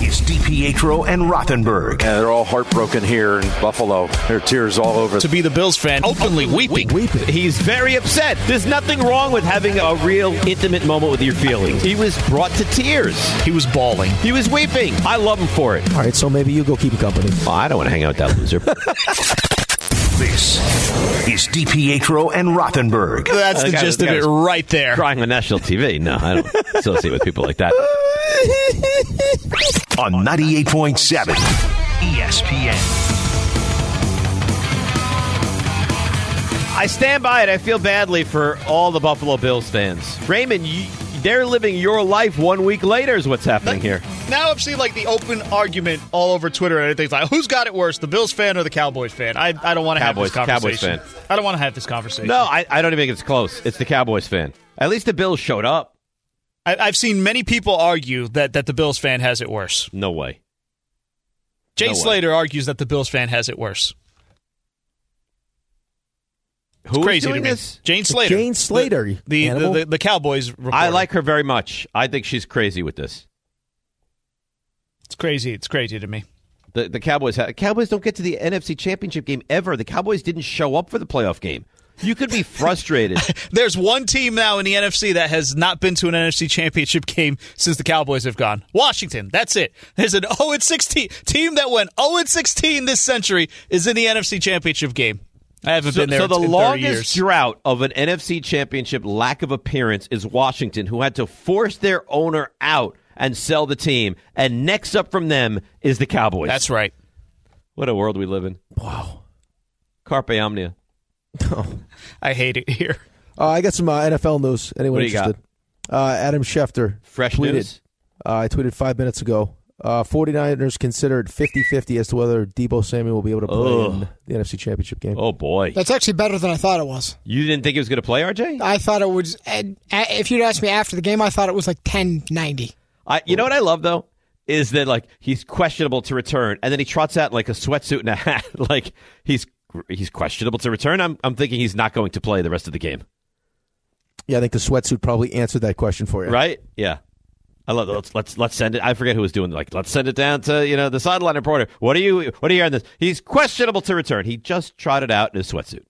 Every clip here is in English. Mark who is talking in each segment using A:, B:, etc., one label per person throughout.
A: is DiPietro and Rothenberg.
B: And they're all heartbroken here in Buffalo. Their tears all over.
C: to be the Bills fan, openly weeping.
D: He's very upset. There's nothing wrong with having a real intimate moment with your feelings. He was brought to tears.
C: He was bawling.
D: He was weeping. I love him for it. Oh,
E: All right, so maybe you go keep him company.
D: I don't want to hang out with that loser.
A: This is DiPietro and Rothenberg.
C: That's the
D: Okay,
C: gist of
D: guys.
C: it right there.
D: Crying on national TV. No, I don't associate with people like that.
A: on 98.7 ESPN.
D: I stand by it. I feel badly for all the Buffalo Bills fans. Raymond, you, they're living your life one week later is what's happening here.
C: Now I've seen like the open argument all over Twitter and everything. It's like, who's got it worse, the Bills fan or the Cowboys fan? I, I don't want to have this
D: Cowboys- Cowboys
C: conversation.
D: fan.
C: I don't want to have this conversation.
D: No, I, I don't even think it's close. It's the Cowboys fan. At least the Bills showed up.
C: I, I've seen many people argue that, that the Bills fan has it worse.
D: No way.
C: Jay
D: No way.
C: Slater argues that the Bills fan has it worse.
D: Who is
C: Crazy
D: doing
C: to me.
D: this?
C: Jane Slater.
E: Jane Slater,
C: The
E: you
C: the, the,
E: animal.
C: the, the Cowboys. Reporter.
D: I like her very much. I think she's crazy with this.
C: It's crazy. It's crazy to me.
D: The the Cowboys ha- Cowboys don't get to the NFC Championship game ever. The Cowboys didn't show up for the playoff game. You could be frustrated.
C: There's one team now in the NFC that has not been to an NFC championship game since the Cowboys have gone. Washington. That's it. There's an 0 16 team that went 0 16 this century is in the NFC championship game. I haven't
D: so,
C: been there
D: so the
C: in 30
D: longest
C: years.
D: drought of an NFC Championship lack of appearance is Washington, who had to force their owner out and sell the team. And next up from them is the Cowboys.
C: That's right.
D: what a world we live in. Wow. Carpe omnia.
C: I hate it here.
E: Uh, I got some uh, NFL news. Anyone
D: What do you got?
E: interested? Uh, Adam Schefter.
D: Fresh
E: tweeted,
D: news?
E: Uh, I tweeted five minutes ago. Uh, 49ers considered 50 50 as to whether Debo Samuel will be able to play in the NFC Championship game.
D: Oh boy,
F: That's actually better than I thought it was.
D: you didn't think he was going to play, RJ?
F: I thought it was. and, uh, If you'd asked me after the game, I thought it was like ten ninety.
D: I, you know what I love though is that like he's questionable to return, and then he trots out like a sweatsuit and a hat, like he's he's questionable to return. I'm I'm thinking he's not going to play the rest of the game,
E: Yeah, I think the sweatsuit probably answered that question for you.
D: right? Yeah. I love that. Let's, let's let's send it. I forget who was doing like let's send it down to you know the sideline reporter. What are you what are you on this? He's questionable to return. He just trotted out in his sweatsuit.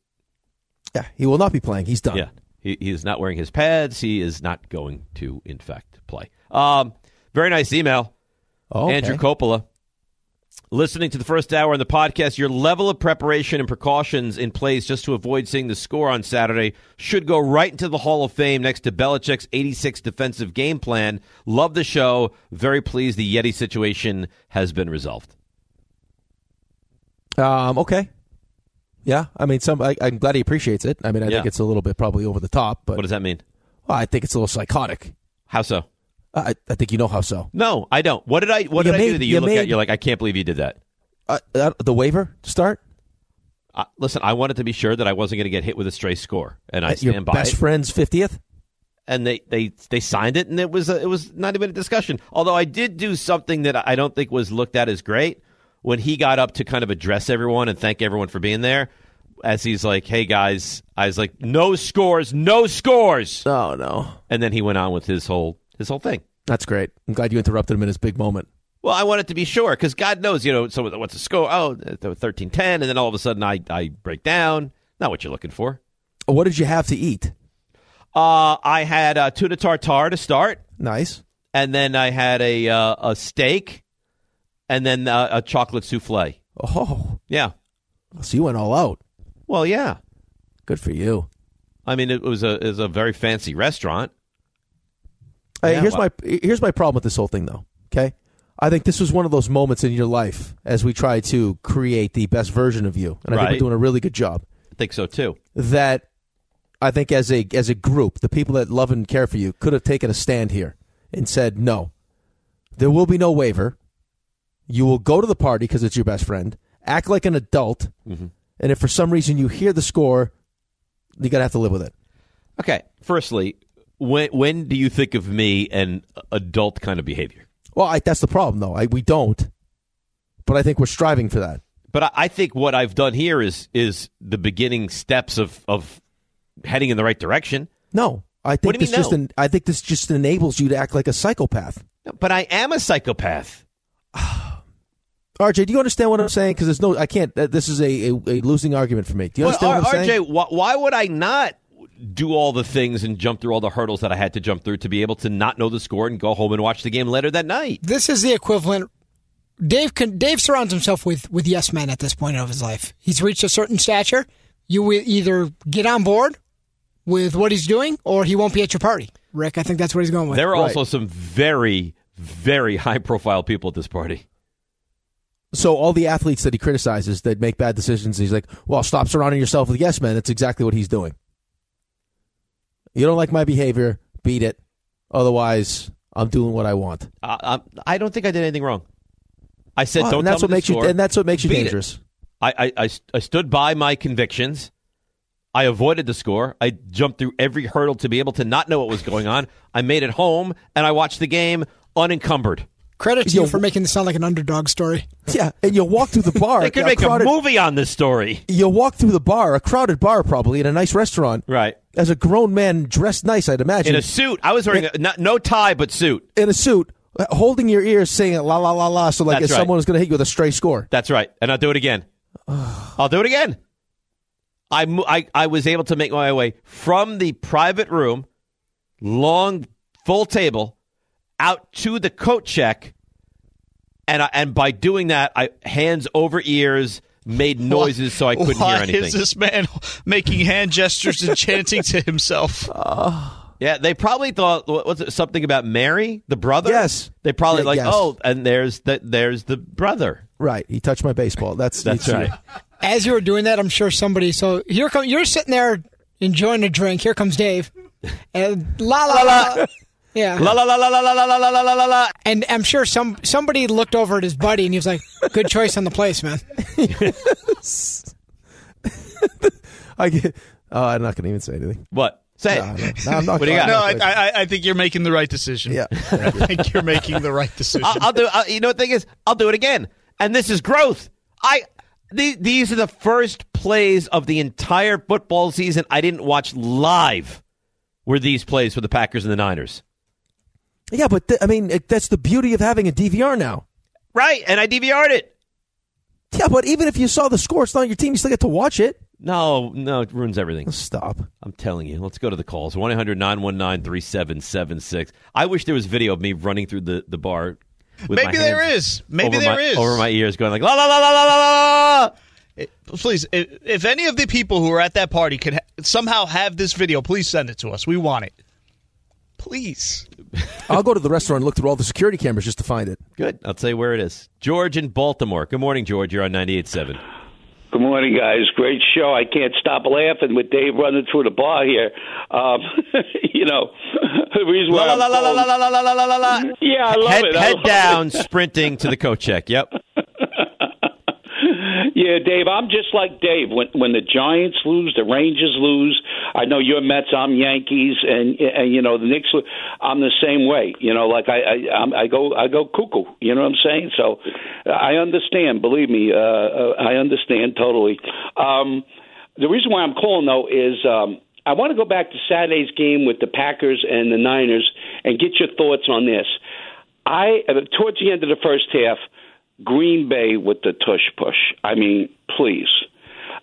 E: Yeah, he will not be playing. He's done.
D: Yeah, he, he is not wearing his pads. He is not going to in fact play. Um, very nice email.
E: Oh, okay.
D: Andrew Coppola. Listening to the first hour on the podcast, your level of preparation and precautions in place just to avoid seeing the score on Saturday should go right into the Hall of Fame next to Belichick's 86 defensive game plan. Love the show. Very pleased the Yeti situation has been resolved.
E: Um, okay. Yeah, I mean, some. I, I'm glad he appreciates it. I mean, I
D: Yeah.
E: think it's a little bit probably over the top, but
D: What does that mean?
E: well, I think it's a little psychotic.
D: How so?
E: I, I think you know how so.
D: No, I don't. What did I? What
E: You
D: did I do
E: made-
D: that you,
E: you
D: look at?
E: made-
D: You're like, I can't believe you did that.
E: Uh, uh, the waiver to start.
D: Uh, listen, I wanted to be sure that I wasn't going to get hit with a stray score, and I
E: at your
D: stand by
E: best
D: it.
E: friend's fiftieth.
D: and they they they signed it, and it was a, it was not even a discussion. Although I did do something that I don't think was looked at as great when he got up to kind of address everyone and thank everyone for being there. As he's like, "Hey guys," I was like, "No scores, no scores,"
E: Oh no,
D: and then he went on with his whole his whole thing.
E: that's great. I'm glad you interrupted him in his big moment.
D: Well, I wanted to be sure because God knows, you know, so what's the score? Oh, 13 10. And then all of a sudden I, I break down. Not what you're looking for.
E: Uh, What did you have to eat?
D: Uh, I had uh, tuna tartare to start.
E: Nice.
D: and then I had a uh, a steak, and then uh, a chocolate souffle.
E: Oh,
D: Yeah.
E: so you went all out.
D: Well, yeah.
E: Good for you.
D: I mean, it was a it was a very fancy restaurant.
E: Hey,
D: Yeah,
E: here's
D: well-
E: my here's my problem with this whole thing, though. Okay, I think this was one of those moments in your life as we try to create the best version of you, and I think
D: Right.
E: we're doing a really good job.
D: I think so too.
E: That I think as a as a group, the people that love and care for you could have taken a stand here and said, "No, there will be no waiver. You will go to the party because it's your best friend. Act like an Mm-hmm. adult, and if for some reason you hear the score, you're gonna have to live with it."
D: Okay. Firstly, when when do you think of me and adult kind of behavior?
E: Well, I, that's the problem, though. I, we don't, but I think we're striving for that.
D: But I, I think what I've done here is is the beginning steps of of heading in the right direction.
E: No, I think
D: do you
E: this
D: mean,
E: just
D: no?
E: en- I think this just enables you to act like a psychopath.
D: But I am a psychopath.
E: RJ, do you understand what I'm saying? Because there's no, I can't. Uh, this is a, a, a losing argument for me. Do you
D: But
E: understand
D: R-
E: what I'm saying?
D: RJ, wh- why would I not do all the things and jump through all the hurdles that I had to jump through to be able to not know the score and go home and watch the game later that night?
F: This is the equivalent. Dave can, Dave surrounds himself with with yes men at this point of his life. He's reached a certain stature. You will either get on board with what he's doing, or he won't be at your party. Rick, I think that's what he's going with.
D: There are also some very, very high profile people at this party.
E: So all the athletes that he criticizes that make bad decisions, he's like, "Well, stop surrounding yourself with yes men." That's exactly what he's doing. You don't like my behavior, beat it. Otherwise, I'm doing what I want.
D: I, I, I don't think I did anything wrong. I said,
E: Oh,
D: don't
E: and
D: tell
E: that's
D: me
E: what
D: the
E: makes you.
D: score.
E: And that's what makes you
D: Beat it.
E: dangerous.
D: I, I- I, st- I stood by my convictions. I avoided the score. I jumped through every hurdle to be able to not know what was going on. I made it home and I watched the game unencumbered.
F: Credit to
E: Yo,
F: you for making this sound like an underdog story.
E: Yeah, and you'll walk through the bar.
D: They could
E: a
D: make
E: crowded-
D: a movie on this story.
E: You'll walk through the bar, a crowded bar, probably in a nice restaurant,
D: Right.
E: As a grown man dressed nice, I'd imagine,
D: In a suit. I was wearing a, not, no tie, but suit.
E: in a suit, uh, holding your ears, saying "la la la la," so like
D: That's
E: if
D: right.
E: someone was going to hit you with a stray score.
D: That's right. And I'll do it again. I'll do it again. I, mo- I, I was able to make my way from the private room, long, full table, out to the coat check. And, I, and by doing that, I hands over ears made noises so I couldn't
C: Why
D: hear anything.
C: is this man making hand gestures and chanting to himself?
E: Oh.
D: Yeah, they probably thought what was it something about Mary, the brother?
E: Yes.
D: They probably
E: Yeah,
D: like,
E: yes.
D: oh, and there's the there's the brother.
E: Right, he touched my baseball. That's
D: That's
E: it's-
D: right.
F: As you were doing that, I'm sure somebody. So here come you're sitting there enjoying a drink. Here comes Dave, and la la la. la. Yeah,
D: La la la la la la la la la la la la.
F: and I'm sure some somebody looked over at his buddy and he was like, "Good choice on the place, man."
E: I get. Oh, I'm not going to even say anything.
D: What? Say
E: No,
D: it.
E: no, I'm not-
D: What do you
E: I'm
D: got?
C: No,
E: not
C: I,
E: gonna-
C: I, I think you're making the right decision.
E: yeah.
C: I think you're making the right decision.
D: I'll, I'll do. i Uh, you know, the thing is, I'll do it again. And this is growth. I the, these are the first plays of the entire football season. I didn't watch live. Were these plays for the Packers and the Niners?
E: Yeah, but th- I mean, it, that's the beauty of having a DVR now.
D: Right, and I DVR'd it.
E: Yeah, but even if you saw the score, it's not your team. You still get to watch it.
D: No, no, it ruins everything.
E: Stop.
D: I'm telling you. Let's go to the calls. 1 800 919 3776. I wish there was video of me running through the, the bar. With
C: Maybe
D: my
C: there
D: hands
C: is. Maybe
D: over
C: there
D: my,
C: is.
D: Over my ears, going like, la la la la la la la la.
C: Eh, please, if, if any of the people who were at that party could ha- somehow have this video, please send it to us. We want it. Please.
E: I'll go to the restaurant and look through all the security cameras just to find it.
D: Good. I'll tell you where it is. George in Baltimore. Good morning, George. You're on 98.7.
G: Good morning, guys. Great show. I can't stop laughing with Dave running through the bar here. Um, you know, the reason
D: La
G: why.
D: la
G: I'm
D: la la la la
G: calling-
D: la la la la la la.
G: Yeah, I love
D: Head,
G: it. I
D: head
G: love
D: down, sprinting to the coat check. Yep.
G: Yeah, Dave, I'm just like Dave. When when the Giants lose, the Rangers lose. I know you're Mets, I'm Yankees, and and you know the Knicks. lo- I'm the same way. You know, like I I, I'm, I go I go cuckoo. You know what I'm saying? So I understand. Believe me, uh, uh, I understand totally. Um, the reason why I'm calling though is um, I want to go back to Saturday's game with the Packers and the Niners and get your thoughts on this. I uh, towards the end of the first half, Green Bay with the tush push. I mean, please.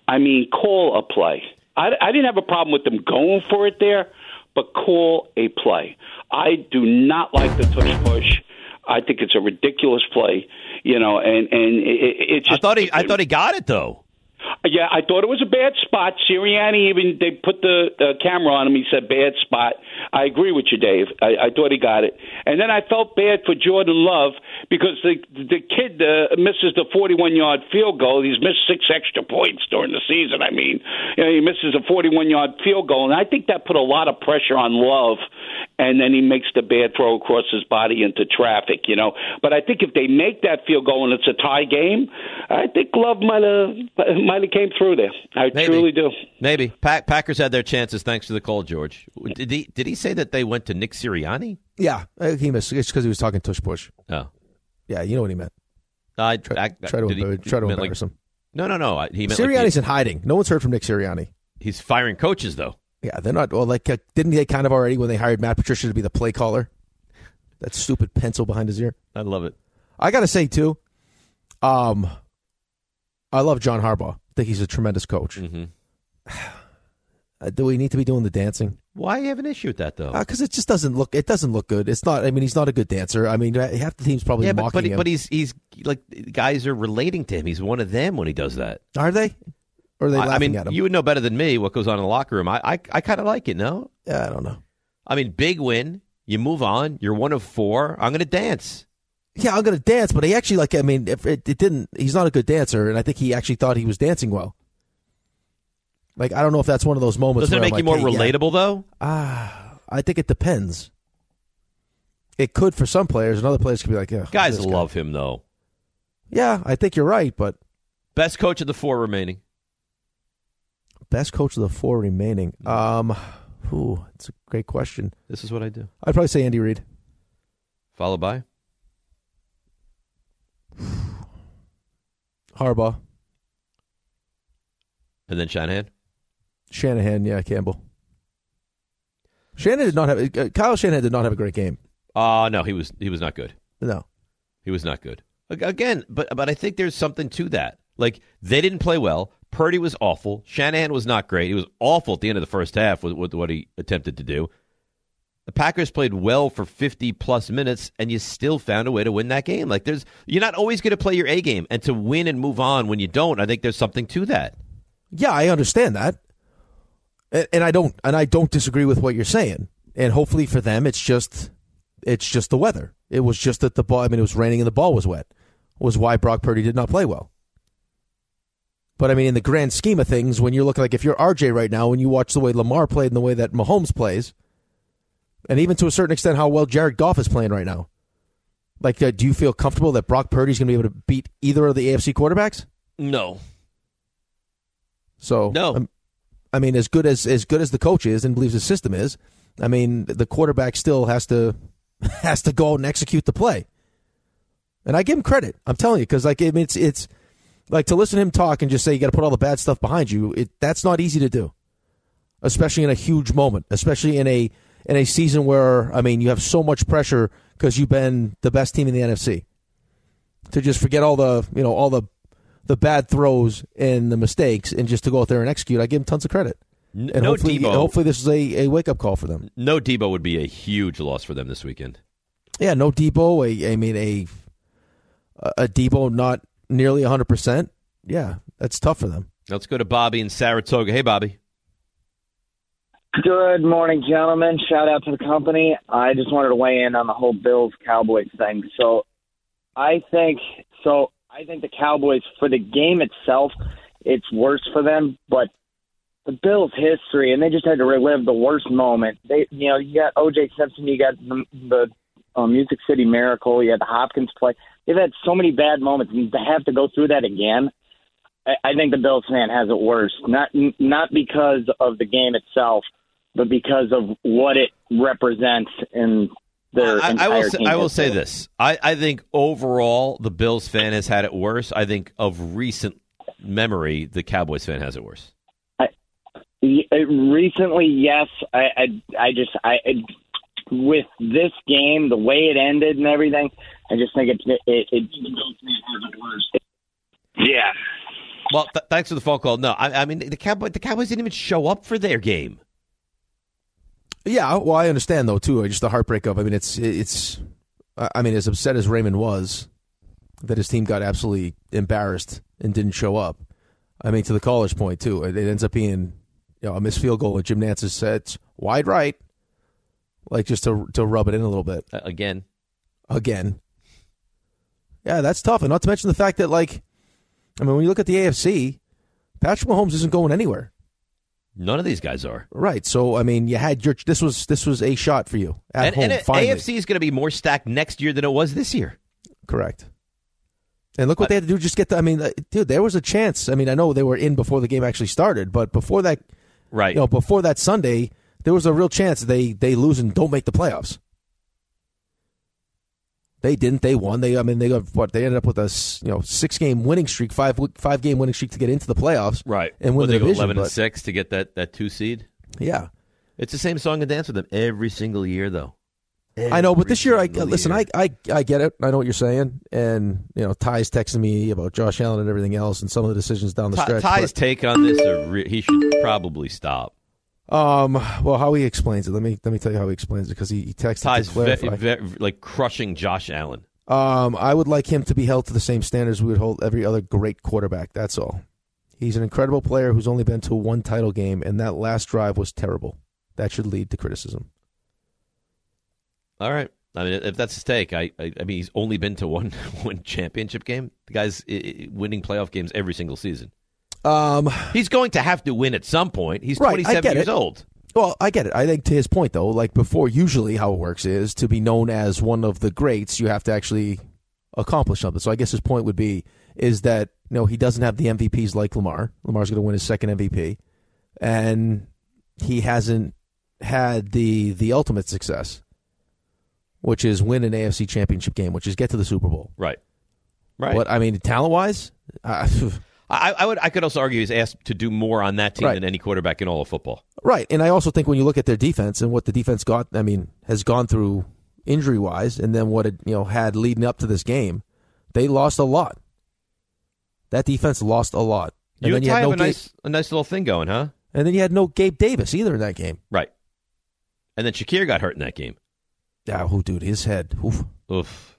G: I mean, call a play. I, I didn't have a problem with them going for it there, but call a play. I do not like the tush push. I think it's a ridiculous play, you know, and and it, it- it
D: I
G: just
D: thought he, I thought he got it though.
G: yeah, I thought it was a bad spot. Sirianni even they put the uh, camera on him. He said bad spot. I agree with you, Dave. I, I thought he got it, and then I felt bad for Jordan Love because the the kid uh, misses the forty one yard field goal. He's missed six extra points during the season. I mean, you know, he misses a forty one yard field goal, and I think that put a lot of pressure on Love and then he makes the bad throw across his body into traffic, you know. But I think if they make that field goal and it's a tie game, I think Love might have might have came through there. I
D: Maybe.
G: truly do.
D: Maybe Pack, Packers had their chances thanks to the call, George. Did he did he say that they went to Nick Sirianni?
E: Yeah, I think he missed. It's because he was talking tush push.
D: No,
E: Yeah, you know what he meant.
D: I,
E: Try,
D: I-
E: try to
D: did he-
E: embarrass, try to
D: meant like-
E: embarrass him.
D: No, no, no. I- He meant like
E: Sirianni's
D: he-
E: in hiding. No one's heard from Nick Sirianni.
D: he's firing coaches though.
E: Yeah, they're not. Well, like, uh, didn't they kind of already when they hired Matt Patricia to be the play caller? That stupid pencil behind his ear.
D: I love it.
E: I gotta say too, um, I love John Harbaugh. I think he's a tremendous coach.
D: Mhm.
E: Uh, do we need to be doing the dancing?
D: Why you have an issue with that though?
E: Because it just doesn't look. It doesn't look good. It's not. I mean, he's not a good dancer. I mean, uh, half the team's probably
D: yeah,
E: mocking
D: but but, he-
E: him.
D: but he's he's like guys are relating to him. He's one of them when he does that.
E: Are they? Or are they
D: I-
E: laughing
D: I mean,
E: at him?
D: you would know better than me what goes on in the locker room. I I, I kind of like it. No,
E: yeah, I don't know.
D: I mean, big win. You move on. You're one of four. I'm gonna dance.
E: Yeah, I'm gonna dance, but he actually like. I mean, if it, it didn't, he's not a good dancer, and I think he actually thought he was dancing well. Like, I don't know if that's one of those moments.
D: Doesn't it
E: where
D: make
E: I'm
D: you more
E: like, hey, yeah. Ah,
D: relatable though?
E: I think it depends. It could for some players, and other players could be like, yeah,
D: Guys
E: this guy.
D: love him though.
E: Yeah, I think you're right, but
D: Best coach of the four remaining.
E: best coach of the four remaining. Um, ooh, it's a great question.
D: This is what I do.
E: I'd probably say Andy Reid.
D: Followed by
E: Harbaugh,
D: and then Shanahan.
E: Shanahan, yeah, Campbell. Shanahan did not have uh, Kyle Shanahan did not have a great game.
D: Uh no, he was he was not good.
E: No,
D: He was not good. Ag- Again, but but I think there's something to that. Like they didn't play well. Purdy was awful. Shanahan was not great. He was awful at the end of the first half with, with what he attempted to do. The Packers played well for 50 plus minutes, and you still found a way to win that game. Like there's, you're not always going to play your A game, and to win and move on when you don't, I think there's something to that.
E: yeah, I understand that, and, and I don't, and I don't disagree with what you're saying. And hopefully for them, it's just, it's just the weather. It was just that the ball. I mean, it was raining and the ball was wet. Was why Brock Purdy did not play well. But I mean, in the grand scheme of things, when you're looking like if you're RJ right now and you watch the way Lamar played and the way that Mahomes plays, and even to a certain extent how well Jared Goff is playing right now, like uh, do you feel comfortable that Brock Purdy's going to be able to beat either of the AFC quarterbacks?
D: No,
E: So
D: No.
E: I'm- I mean, as good as as good as the coach is and believes his system is, I mean, the quarterback still has to has to go out and execute the play. And I give him credit. I'm telling you, because like I mean, it's it's like to listen to him talk and just say you got to put all the bad stuff behind you. It, that's not easy to do, especially in a huge moment, especially in a in a season where I mean you have so much pressure because you've been the best team in the NFC. To just forget all the you know all the the bad throws and the mistakes and just to go out there and execute, I give him tons of credit.
D: N-
E: and
D: no
E: hopefully,
D: Debo.
E: hopefully this is a, a wake up call for them.
D: no Debo would be a huge loss for them this weekend.
E: Yeah, no Debo. A, I mean, a a Debo not nearly 100%. Yeah, that's tough for them.
D: Let's go to Bobby in Saratoga. Hey, Bobby.
H: Good morning, gentlemen. Shout out to the company. I just wanted to weigh in on the whole Bills Cowboys thing. So I think so I think the Cowboys for the game itself, it's worse for them, but the Bills history and they just had to relive the worst moment. They you know, you got OJ Simpson, you got the, the uh, Music City Miracle, you had the Hopkins play. They've had so many bad moments and to have to go through that again. I- I think the Bills fan has it worse. Not not because of the game itself, but because of what it represents in their
D: I, I
H: entire
D: will say,
H: team
D: I will say
H: history.
D: this. I, I think overall the Bills fan has had it worse. I think of recent memory, the Cowboys fan has it worse.
H: Y- uh, Recently, yes. I, I, I just, I, I, with this game, the way it ended and everything, I just think it's, it, it, it yeah.
D: Well, th- thanks for the phone call. No, I, I mean the Cowboy the Cowboys didn't even show up for their game.
E: Yeah, well, I understand though too. uh, Just the heartbreak of. I mean, it's it's. I I mean, as upset as Raymond was, that his team got absolutely embarrassed and didn't show up. I mean, to the caller's point too, it, it ends up being you know a missed field goal at Jim Nance's sets wide right, like just to to rub it in a little bit
D: Uh, again,
E: again. Yeah, that's tough, and not to mention the fact that like, I mean, when you look at the AFC, Patrick Mahomes isn't going anywhere.
D: None of these guys are.
E: Right. So I mean, you had your this was this was a shot for you at
D: and
E: home.
D: and
E: finally,
D: AFC is going to be more stacked next year than it was this year.
E: correct. And look what they had to do. Just get the. I mean, uh, dude, there was a chance. I mean, I know they were in before the game actually started, but before that,
D: Right.
E: you know, before that Sunday, there was a real chance they they lose and don't make the playoffs. They didn't. They won. They. I mean, they got what they ended up with a s- you know six game winning streak, five five game winning streak to get into the playoffs.
D: Right.
E: And
D: What,
E: win
D: they
E: the
D: go
E: division.
D: eleven and
E: but-
D: six to get that, that two seed.
E: Yeah.
D: It's the same song and dance with them every single year, though.
E: I know, but
D: Every
E: this year, I
D: single
E: listen.
D: year.
E: I, I I get it. I know what you're saying, and you know, Ty's texting me about Josh Allen and everything else, and some of the decisions down the
D: Ty-
E: stretch.
D: Ty's take on this, are re- he should probably stop.
E: but, um, well, how he explains it. Let me let me tell you how he explains it because he, he texted
D: Ty's
E: to
D: ve-
E: clarify.
D: ve- like crushing Josh Allen.
E: um, I would like him to be held to the same standards we would hold every other great quarterback. That's all. He's an incredible player who's only been to one title game, and that last drive was terrible. That should lead to criticism.
D: All right. I mean, if that's his take, I, I, I mean, he's only been to one one championship game. The guy's i- i winning playoff games every single season.
E: Um,
D: He's going to have to win at some point. He's
E: Right, I
D: 27
E: get
D: years
E: it.
D: old.
E: Well, I get it. I think to his point though, like before, usually how it works is to be known as one of the greats, you have to actually accomplish something. So I guess his point would be is that you know he doesn't have the MVPs like Lamar. Lamar's going to win his second MVP, and he hasn't had the the ultimate success, which is win an AFC Championship game, which is get to the Super Bowl.
D: Right. Right.
E: What I mean, talent wise, uh,
D: I, I would. I could also argue he's asked to do more on that team
E: Right.
D: than any quarterback in all of football.
E: Right, and I also think when you look at their defense and what the defense got, I mean, has gone through injury wise, and then what it you know had leading up to this game, they lost a lot. That defense lost a lot, and
D: you
E: then
D: and
E: you
D: Ty
E: had
D: have
E: no
D: a
E: Gabe,
D: nice, a nice little thing going, huh?
E: and then you had no Gabe Davis either in that game.
D: Right. And then Shakir got hurt in that game.
E: Yeah, who dude, his head. Oof.
D: Oof.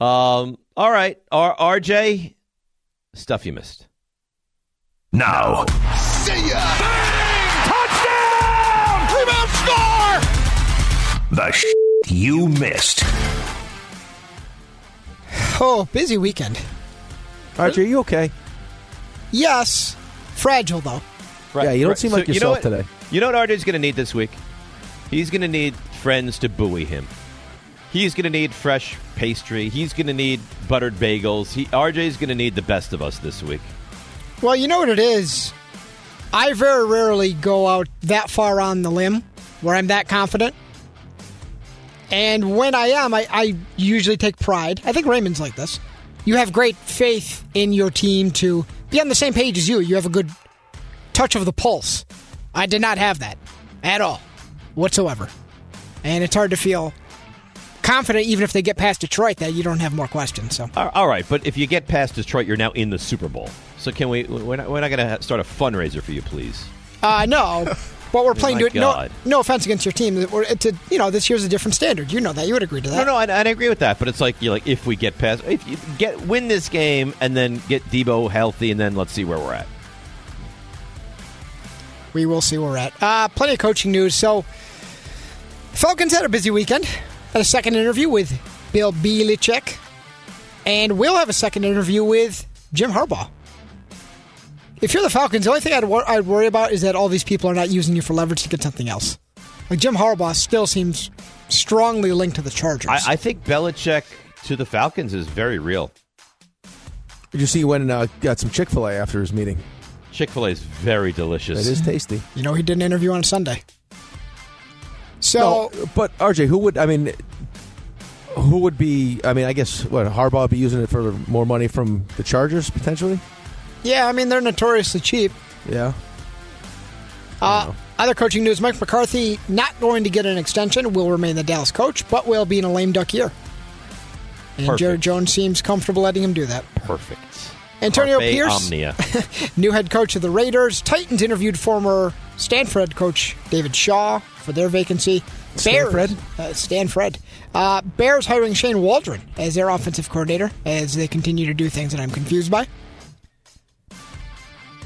D: Um. All right. R- RJ, stuff you missed.
A: Now,
I: Touchdown! Rebound score!
A: the sh- you missed.
F: Oh, busy weekend.
E: Archie, are you okay?
F: Yes, fragile though.
D: Right.
E: Yeah, you don't seem like
D: you know
E: yourself
D: what-
E: today.
D: You know what RJ's going to need this week? He's going to need friends to buoy him. He's going to need fresh pastry. He's going to need buttered bagels. He, RJ's going to need the best of us this week.
F: Well, you know what it is? I very rarely go out that far on the limb where I'm that confident. And when I am, I, I usually take pride. I think Raymond's like this. You have great faith in your team to be on the same page as you. You have a good touch of the pulse. I did not have that at all, whatsoever. And it's hard to feel confident, even if they get past Detroit, that you don't have more questions. So
D: All- all right, but if you get past Detroit, you're now in the Super Bowl. So can we? We're not, we're not going to start a fundraiser for you, please.
F: Uh, no, but we're playing.
D: My
F: to it. No,
D: God.
F: no offense against your team. We're- It's a, you know this year's a different standard. You know that. You would agree to
D: No,
F: that.
D: no, I, I agree with that. But it's like you are like if we get past, if you get win this game and then get Debo healthy, and then let's see where we're at.
F: We will see where we're at. Uh, plenty of coaching news. So Falcons had a busy weekend. Had a second interview with Bill Belichick, and we'll have a second interview with Jim Harbaugh. If you're the Falcons, the only thing I'd, wor- I'd worry about is that all these people are not using you for leverage to get something else. Like Jim Harbaugh still seems strongly linked to the Chargers.
D: I, I think Belichick to the Falcons is very real.
E: Did you see when uh, got some Chick Fil A after his meeting?
D: Chick Fil A is very
E: That
D: delicious.
E: is tasty.
F: You know, he did an interview on Sunday. So,
E: No, but RJ, who would I mean? Who would be? I mean, I guess what Harbaugh would be using it for more money from the Chargers potentially?
F: yeah, I mean, they're notoriously cheap.
E: Yeah.
F: Uh, other coaching news Mike McCarthy not going to get an extension, will remain the Dallas coach, but will be in a lame duck year. And
D: Perfect.
F: Jared Jones seems comfortable letting him do that.
D: perfect.
F: Antonio
D: Carpe
F: Pierce,
D: Omnia.
F: new head coach of the Raiders. Titans interviewed former Stanford head coach David Shaw for their vacancy.
E: Stanford?
F: Bears, uh, Stanford. Uh, Bears hiring Shane Waldron as their offensive coordinator as they continue to do things that I'm confused by.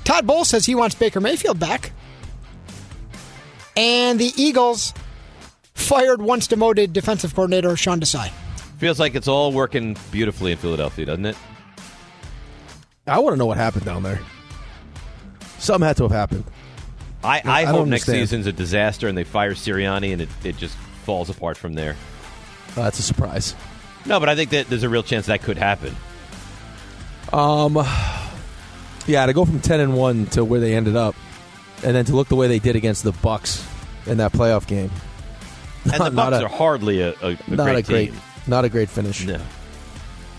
F: Todd Bowles says he wants Baker Mayfield back. And the Eagles fired once demoted defensive coordinator Sean Desai.
D: Feels like it's all working beautifully in Philadelphia, doesn't it?
E: I want to know what happened down there. Something had to have happened.
D: I, I,
E: I don't
D: hope next
E: understand.
D: season's a disaster and they fire Sirianni and it, it just falls apart from there.
E: Uh, that's a surprise.
D: No, but I think that there's a real chance that could happen.
E: Um, Yeah, to go from ten and one to where they ended up, and then to look the way they did against the Bucks in that playoff game.
D: And the
E: Not- not
D: Bucks
E: a-
D: are hardly a, a, a
E: not
D: great
E: a great,
D: team.
E: not a great finish.
D: No.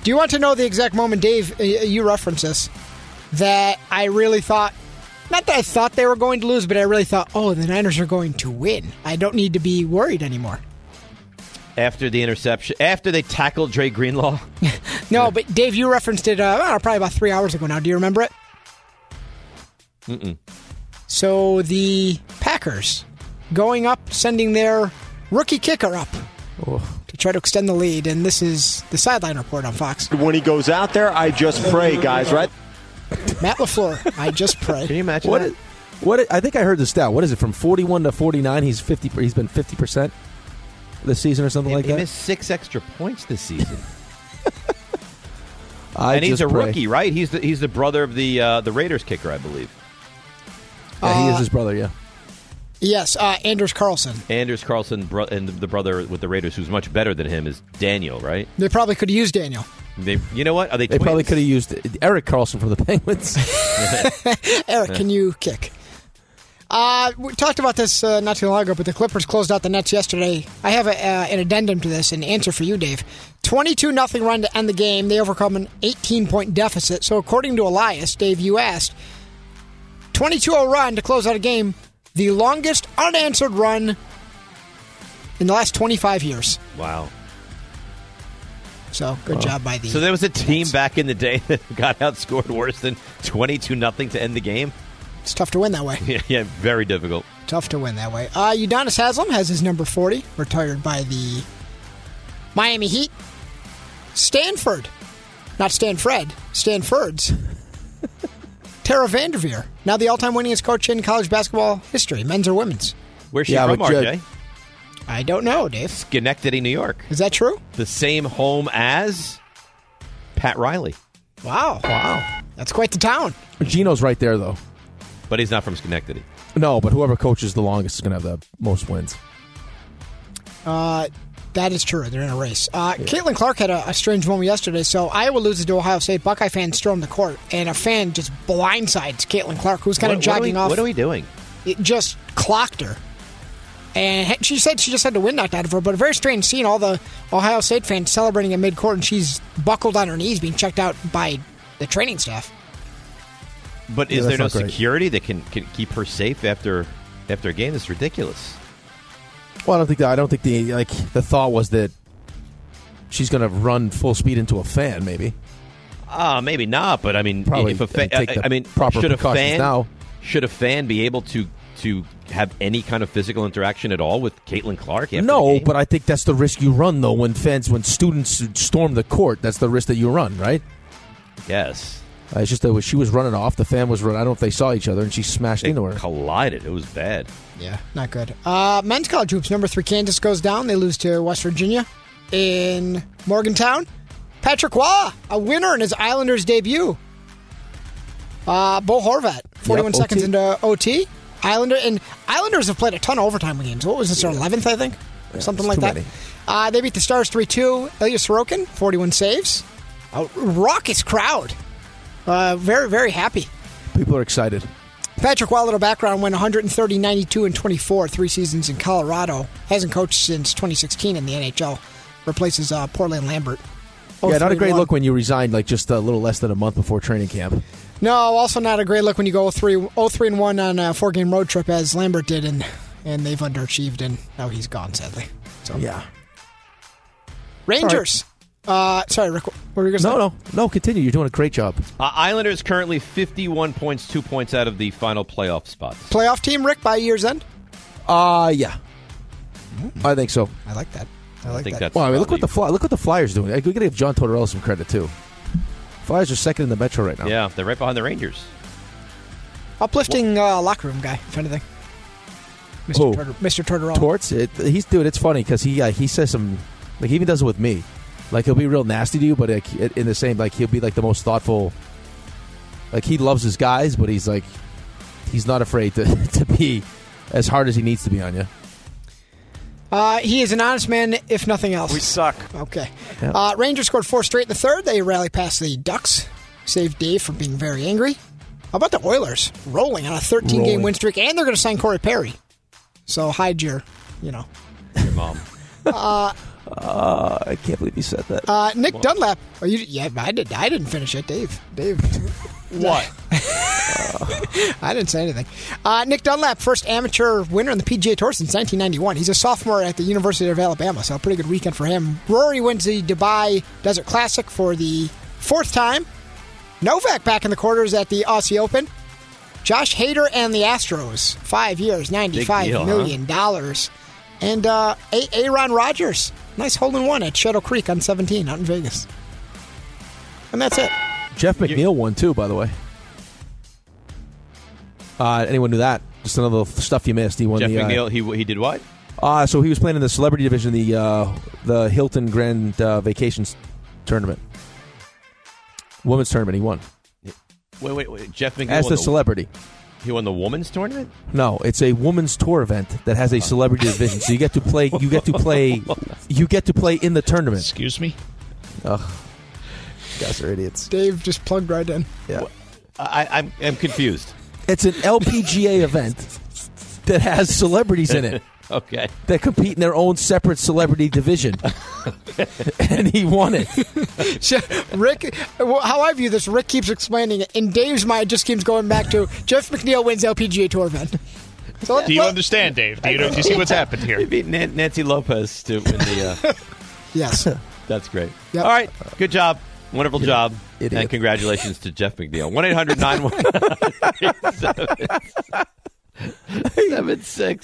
F: Do you want to know the exact moment, Dave? uh, You reference this that I really thought. Not that I thought they were going to lose, but I really thought, oh, the Niners are going to win. I don't need to be worried anymore.
D: After the interception, after they tackled Dre Greenlaw,
F: No, but Dave, you referenced it uh, I don't know, probably about three hours ago now. Do you remember it? Mm-mm. So the Packers going up, sending their rookie kicker up to try to extend the lead, and this is the sideline report on Fox.
J: When he goes out there, I just pray, guys, right?
F: Matt Lafleur, I just pray.
D: can you imagine
E: What?
D: that?
E: Is, what? Is, I think I heard the stat. What is it? From forty-one to forty-nine, he's fifty. He's been fifty percent this season or something
D: He-
E: like
D: he
E: that.
D: missed six extra points this season,
E: I
D: and he's
E: just
D: a
E: pray.
D: rookie, right? He's the, he's the brother of the uh, the Raiders kicker, I believe,
E: Yeah, he is
F: Uh,
E: his brother. Yeah.
F: Yes, uh, Anders Carlson.
D: Anders Carlson, bro- and the brother with the Raiders, who's much better than him, is Daniel, right?
F: They probably could have used Daniel.
D: They, you know what? Are they?
E: They probably
D: twins?
E: could have used Eric Carlson from the Penguins.
F: Eric, can you kick? Uh, we talked about this uh, not too long ago, but the Clippers closed out the Nets yesterday. I have a, uh, an addendum to this, an answer for you, Dave. 22 nothing run to end the game. They overcome an 18 point deficit. So, according to Elias, Dave, you asked, 22 0 run to close out a game, the longest unanswered run in the last 25 years.
D: Wow.
F: So, good job by the.
D: Uh, So there was a team back in the day that got outscored worse than twenty-two nothing to end the game.
F: it's tough to win that way.
D: Yeah, yeah, very difficult.
F: Tough to win that way. Uh, Udonis Haslam has his number 40, retired by the Miami Heat. Stanford, not Stanfred, Stanford's. Tara Vanderveer, now the all time winningest coach in college basketball history, men's or women's.
D: Where's she
E: Yeah,
D: from,
E: but Jed-
D: RJ?
F: I don't know, Dave.
D: Schenectady, New York.
F: Is that true?
D: The same home as Pat Riley,
F: Wow. Wow. That's quite the town.
E: Gino's right there though.
D: but he's not from Schenectady.
E: No, but whoever coaches the longest is going to have the most wins.
F: Uh, That is true. They're in a race. Uh, Caitlin Clark had a, a strange moment yesterday. So Iowa loses to Ohio State. Buckeye fans storm the court, and a fan just blindsides Caitlin Clark, who's kind
D: what,
F: of
D: what are we-
F: jogging off.
D: What are we doing?
F: it just clocked her. And he- she said she just had the wind knocked out of her, but a very strange scene. All the Ohio State fans celebrating at midcourt, and she's buckled on her knees, being checked out by the training staff.
D: But
E: Yeah,
D: is there no
E: that's not great.
D: security that can, can keep her safe after after a game? That's ridiculous.
E: Well, I don't think that, I don't think the like the thought was that she's going to run full speed into a fan. Maybe
D: Ah, maybe not. But I mean,
E: Probably,
D: if a fan,
E: uh, take
D: I,
E: the
D: I mean,
E: proper
D: should a
E: precautions
D: fan
E: now.
D: should a fan be able to to have any kind of physical interaction at all with Caitlin Clark? After the
E: no,
D: game?
E: but I think that's the risk you run though when fans when students storm the court. That's the risk that you run, right?
D: yes,
E: Uh, it's just that when she was running off, the fan was running. I don't know if they saw each other, and she smashed
D: they
E: into her.
D: collided. It was bad.
F: Yeah, not good. Uh, men's college hoops number three Kansas goes down. They lose to West Virginia in Morgantown. Patrick Waugh, a winner in his Islanders debut. Uh, Bo Horvat, 41
E: Yep,
F: seconds
E: OT.
F: into OT. Islander and Islanders have played a ton of overtime games. What was this? Their 11th, I think, something
E: it's
F: like
E: too
F: that.
E: many.
F: Uh, they beat the Stars 3 2. Ilya Sorokin, 41 saves. A raucous crowd. Uh, very, very happy.
E: People are excited.
F: Patrick Wild, little background, went 130, 92, and 24, three seasons in Colorado. Hasn't coached since 2016 in the NHL. Replaces uh, Portland Lambert. Oh,
E: yeah, not a great
F: 0-3-1.
E: look when you resigned like just a little less than a month before training camp.
F: No, also not a great look when you go 03, 03 and 1 on a four game road trip as Lambert did, and, and they've underachieved, and now he's gone, sadly. So
E: Yeah.
F: Rangers. Uh, sorry, Rick, what were you going to
E: No,
F: say?
E: no, no. Continue. You're doing a great job.
D: Uh, Islanders currently fifty-one points, two points out of the final playoff spots.
F: Playoff team, Rick, by year's end?
E: Uh yeah. I think so.
F: I like that. I like
D: I think
F: that.
D: that's
E: Well, I mean, look what the
D: probably-
E: fly, look what the Flyers doing. Like, we got to give John Tortorella some credit too. Flyers are second in the Metro right now.
D: yeah, they're right behind the Rangers.
F: Uplifting uh, locker room guy, if anything. Mr.
E: Who?
F: Tortor- Mr. Tortorella.
E: Torts, it, he's dude. It's funny because he uh, he says some like he even does it with me. Like he'll be real nasty to you, but like i- in the same like he'll be like the most thoughtful. Like he loves his guys, but he's like he's not afraid to, to be as hard as he needs to be on you.
F: Uh, he is an honest man, if nothing else.
K: We suck.
F: Okay.
E: Yeah.
F: Uh, Rangers scored four straight in the third. They rally past the Ducks, saved Dave from being very angry. How about the Oilers rolling on a 13 game
D: Rolling.
F: win streak, and they're going to sign Corey Perry. So hide your, you know.
D: Your mom.
F: Uh,
E: Uh, I can't believe you said that.
F: uh, Nick Dunlap. Are you, yeah, I did. I didn't finish it, Dave. Dave.
C: What?
F: I didn't say anything. Uh, Nick Dunlap, first amateur winner on the PGA Tour since 1991. He's a sophomore at the University of Alabama, so a pretty good weekend for him. Rory wins the Dubai Desert Classic for the fourth time. Novak back in the quarters at the Aussie Open. Josh Hader and the Astros, five years, ninety-five
I: deal, huh?
F: million dollars, and uh, a- Aaron Rodgers, nice hole in one at Shadow Creek on 17 out in Vegas. And that's it.
E: Jeff McNeil won too, by the way. Uh, anyone knew that? Just another little stuff you missed. He won
D: Jeff
E: the uh,
D: McNeil, he, he did what?
E: Uh, so he was playing in the celebrity division, the uh, the Hilton Grand uh, Vacations tournament, women's tournament. He won
D: Wait, wait, wait. Jeff McNeil.
E: as
D: won
E: the celebrity.
D: He won the women's tournament?
E: No, it's a women's tour event that has a celebrity division. So you get to play. You get to play. You get to play in the tournament.
C: Excuse me.
E: Ugh, you guys are idiots.
F: Dave just plugged right in.
E: Yeah.
D: I, I'm, I'm confused.
E: It's an LPGA event that has celebrities in it
D: okay.
E: that compete in their own separate celebrity division. and he won it.
F: Rick, well, how I view this, Rick keeps explaining it, and Dave's mind just keeps going back to Jeff McNeil wins LPGA Tour event. So let-
C: Do you
F: let-
C: understand, Dave? Do you, do you see what's happened here?
D: He beat Nan- Nancy Lopez to win the. Uh,
F: yes.
D: that's great.
F: Yep.
D: All right. Good job. Wonderful job.
E: idiot.
D: And congratulations to Jeff McNeil. 1 800 916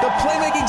L: The playmaking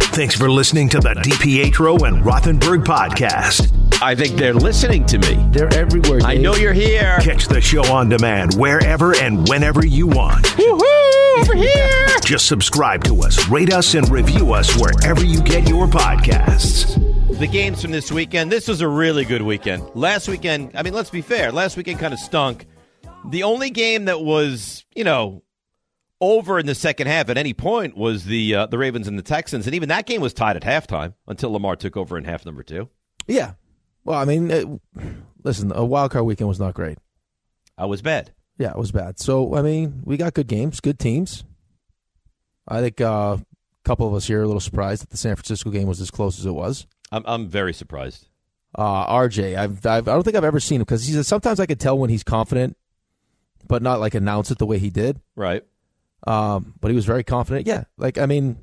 A: Thanks for listening to the DPetro and Rothenberg podcast.
D: I think they're listening to me.
E: They're everywhere.
D: I know you're here.
A: Catch the show on demand wherever and whenever you want.
D: Woohoo! Over here!
A: Just subscribe to us, rate us, and review us wherever you get your podcasts.
D: The games from this weekend. This was a really good weekend. Last weekend, I mean, let's be fair. Last weekend kind of stunk. The only game that was, you know, over in the second half at any point was the uh, the Ravens and the Texans, and even that game was tied at halftime until Lamar took over in half number two.
E: Yeah. Well, I mean, it, listen, a wild card weekend was not great.
D: I was bad.
E: Yeah, it was bad. So, I mean, we got good games, good teams. I think uh, a couple of us here are a little surprised that the San Francisco game was as close as it was.
D: I'm I'm very surprised.
E: Uh, RJ, I've, I've, I don't think I've ever seen him because he's sometimes I could tell when he's confident, but not like announce it the way he did.
D: Right.
E: Um, but he was very confident. Yeah, like I mean,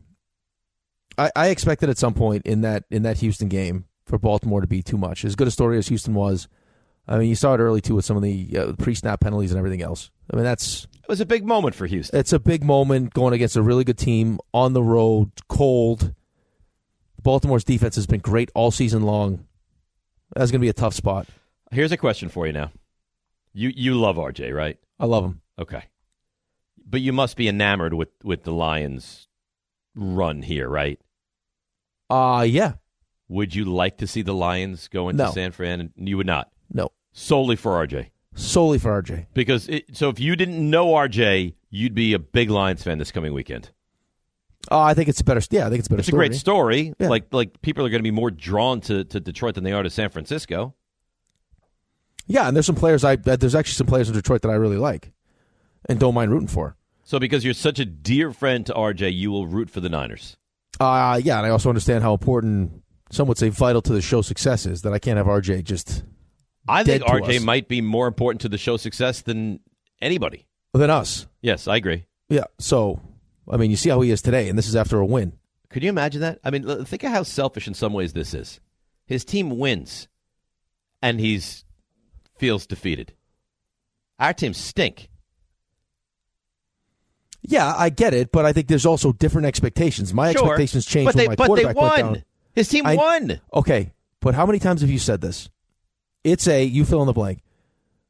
E: I, I expected at some point in that in that Houston game for Baltimore to be too much. As good a story as Houston was, I mean, you saw it early too with some of the uh, pre-snap penalties and everything else. I mean, that's
D: it was a big moment for Houston.
E: It's a big moment going against a really good team on the road, cold. Baltimore's defense has been great all season long. That's going to be a tough spot.
D: Here's a question for you now. You you love RJ, right?
E: I love him.
D: Okay. But you must be enamored with with the Lions run here, right?
E: Uh yeah.
D: Would you like to see the Lions go into
E: No.
D: San Fran? You would not.
E: No.
D: Solely for RJ.
E: Solely for RJ.
D: Because it, so if you didn't know RJ, you'd be a big Lions fan this coming weekend.
E: Oh, I think it's a better. Yeah, I think it's a better.
D: It's
E: story.
D: a great story.
E: Yeah.
D: Like like people are going to be more drawn to, to Detroit than they are to San Francisco.
E: Yeah, and there's some players. I that- there's actually some players in Detroit that I really like, and don't mind rooting for.
D: So because you're such a dear friend to RJ, you will root for the Niners.
E: Uh yeah, and I also understand how important some would say vital to the show's success is that I can't have RJ just
D: I think
E: Dead to
D: RJ
E: us.
D: might be more important to the show's success than anybody.
E: than us.
D: Yes, I agree.
E: Yeah. So, I mean, you see how he is today, and this is after a win.
D: Could you imagine that? I mean, l- think of how selfish in some ways this is. His team wins, and he's feels defeated. Our team stink.
E: Yeah, I get it, but I think there's also different expectations. My
D: Sure.
E: expectations change
D: But
E: when
D: they-
E: my
D: but they
E: quarterback
D: won.
E: went down.
D: His team won.
E: Okay, but how many times have you said this? It's a you fill in the blank.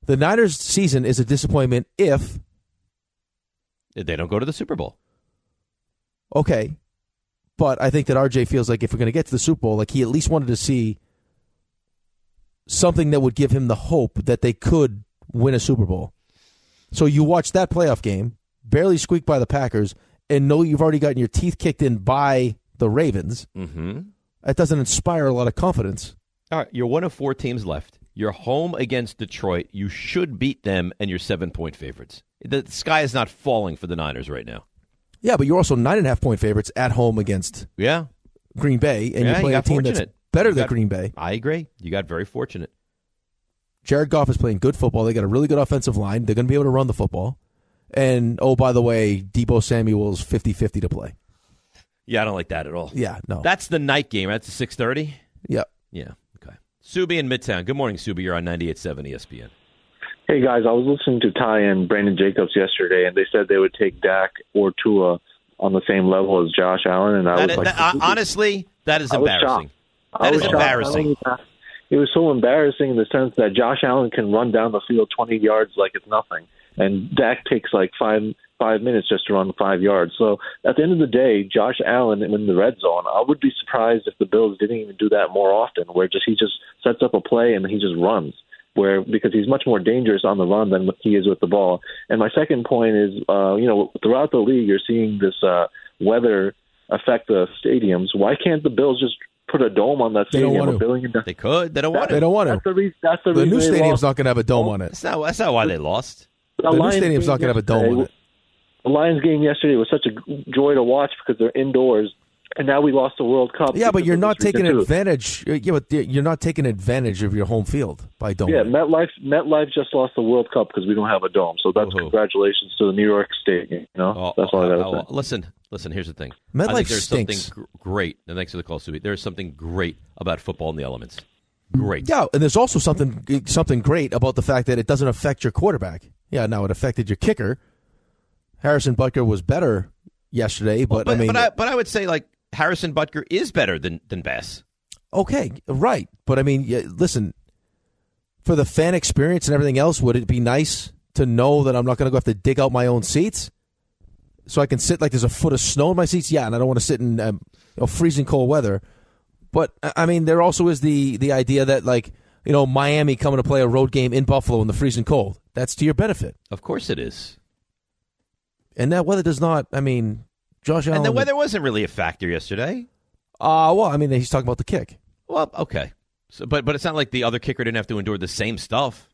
E: The Niners' season is a disappointment if
D: They don't go to the Super Bowl.
E: okay, but I think that RJ feels like if we're going to get to the Super Bowl, like he at least wanted to see something that would give him the hope that they could win a Super Bowl. So you watch that playoff game, barely squeaked by the Packers, and know you've already gotten your teeth kicked in by the Ravens.
D: Mm-hmm.
E: That doesn't inspire a lot of confidence.
D: All right, you're one of four teams left. You're home against Detroit. You should beat them, and you're seven point favorites. The sky is not falling for the Niners right now.
E: Yeah, but you're also nine and a half point favorites at home against
D: Yeah,
E: Green Bay, and
D: Yeah,
E: you're playing
D: got
E: a team that's
D: fortunate.
E: better
D: You
E: than
D: got-
E: Green Bay.
D: I agree. You got very fortunate.
E: Jared Goff is playing good football. They got a really good offensive line. They're going to be able to run the football. And oh, by the way, Debo Samuel's 50 50 to play.
D: Yeah, I don't like that at all.
E: Yeah, no.
D: That's the night game. That's at six thirty.
E: Yeah.
D: Yeah. Okay. Subi in Midtown. Good morning, Subi. You're on 98.7 ESPN.
M: Hey guys, I was listening to Ty and Brandon Jacobs yesterday, and they said they would take Dak or Tua on the same level as Josh Allen, and I
D: That
M: was
D: is-
M: like,
D: that- uh, honestly, that is
M: I was
D: embarrassing.
M: shocked. I
D: That
M: was
D: is
M: shocked.
D: embarrassing.
M: It was so embarrassing in the sense that Josh Allen can run down the field twenty yards like it's nothing, and Dak takes like five five minutes just to run five yards. So at the end of the day, Josh Allen in the red zone, I would be surprised if the Bills didn't even do that more often, where just he just sets up a play and he just runs. Where because he's much more dangerous on the run than he is with the ball. And my second point is, uh, you know, throughout the league, you're seeing this uh, weather affect the stadiums. Why can't the Bills just put a dome on that
E: They don't
M: stadium?
E: want
M: a
E: to.
M: billion
D: They could. They don't want
E: They
D: it.
E: don't want to.
M: That's the reason. That's the,
E: The
M: reason
E: new
M: they
E: stadium's
M: lost.
E: not going to have a dome on it.
D: That's not, that's not why they lost.
M: The
E: the new
M: Lions
E: stadium's
M: game
E: not going to have a dome
M: yesterday-
E: on it.
M: The Lions game yesterday was such a joy to watch because they're indoors, and now we lost the World Cup.
E: Yeah, but
M: because
E: you're
M: of
E: not
M: this
E: taking
M: reason, too.
E: advantage. uh, Yeah, but you're not taking advantage of your home field by dome.
M: Yeah, MetLife MetLife just lost the World Cup because we don't have a dome. So that's congratulations to the New York State. You know, that's all I got
D: Oh,
M: to
D: well, listen, listen. Here's the thing. I
E: MetLife
D: think there's
E: stinks.
D: something gr- great. And thanks for the call, Subi. There is something great about football and the elements. Great.
E: Yeah, and there's also something uh, something great about the fact that it doesn't affect your quarterback. Yeah, now it affected your kicker. Harrison Butker was better yesterday, but, I mean,
D: but I, but I would say like Harrison Butker is better than than Bass.
E: Okay, right. But I mean, yeah, listen, for the fan experience and everything else, would it be nice to know that I'm not going to go have to dig out my own seats? So I can sit like there's a foot of snow in my seats? Yeah, and I don't want to sit in um, you know, freezing cold weather. But I I mean, there also is the, the idea that, like, you know, Miami coming to play a road game in Buffalo in the freezing cold. That's to your benefit.
D: Of course it is.
E: And that weather does not, I mean, Josh Allen.
D: And the weather wasn't really a factor yesterday.
E: Uh, well, I mean, he's talking about the kick.
D: Well, okay. So, but but it's not like the other kicker didn't have to endure the same stuff.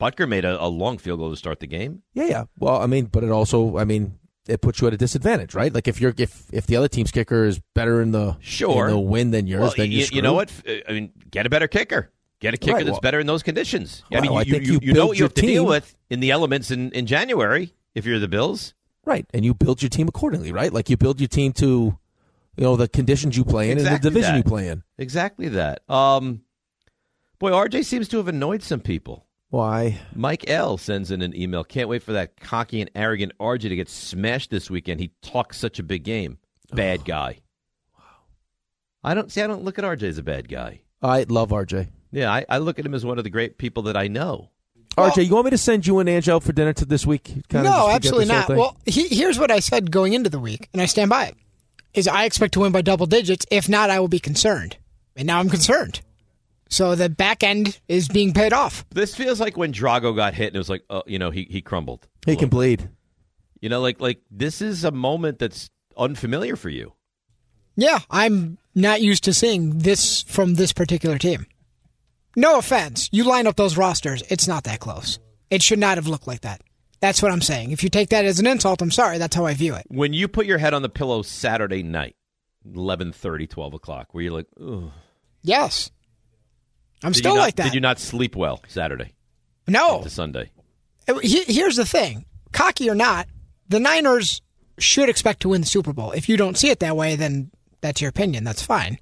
D: Butker made a, a long field goal to start the game.
E: Yeah, yeah. Well, I mean, but it also, I mean, it puts you at a disadvantage, right? Like if you're if if the other team's kicker is better in the
D: Sure.
E: in the win than yours,
D: Well,
E: then
D: you,
E: you're
D: you know what? F- I mean, get a better kicker. Get a kicker
E: Right,
D: that's
E: well-
D: better in those conditions. I mean,
E: Well, I
D: you,
E: think
D: you,
E: you
D: you know
E: build
D: what you
E: your
D: have to deal
E: team-
D: with in the elements in, in January if you're the Bills.
E: Right, and you build your team accordingly, right? Like you build your team to, you know, the conditions you play in and the division
D: that.
E: you play in.
D: Exactly that. Um, Boy, RJ seems to have annoyed some people.
E: Why?
D: Mike L sends in an email. Can't wait for that cocky and arrogant RJ to get smashed this weekend. He talks such a big game. Bad guy. Wow. I don't see. I don't look at RJ as a bad guy.
E: I love RJ.
D: Yeah, I, I look at him as one of the great people that I know.
E: RJ, you want me to send you and Ange out for dinner to this week? Kinda just to
F: no,
E: get
F: absolutely
E: this whole
F: not.
E: thing?
F: Well, he, here's what I said going into the week, and I stand by it: is I expect to win by double digits. If not, I will be concerned, and now I'm concerned. So the back end is being paid off.
D: This feels like when Drago got hit and it was like, oh, you know, he, he crumbled.
E: he can bleed.
D: You know, like like this is a moment that's unfamiliar for you.
F: Yeah, I'm not used to seeing this from this particular team. No offense, you line up those rosters, it's not that close. It should not have looked like that. That's what I'm saying. If you take that as an insult, I'm sorry. That's how I view it.
D: When you put your head on the pillow Saturday night, 11.30, 12 o'clock, where you're like, ugh.
F: Yes. I'm
D: Did you
F: still
D: not-
F: like that.
D: Did you not sleep well Saturday?
F: No.
D: To Sunday.
F: He- Here's the thing cocky or not, the Niners should expect to win the Super Bowl. If you don't see it that way, then that's your opinion. That's fine.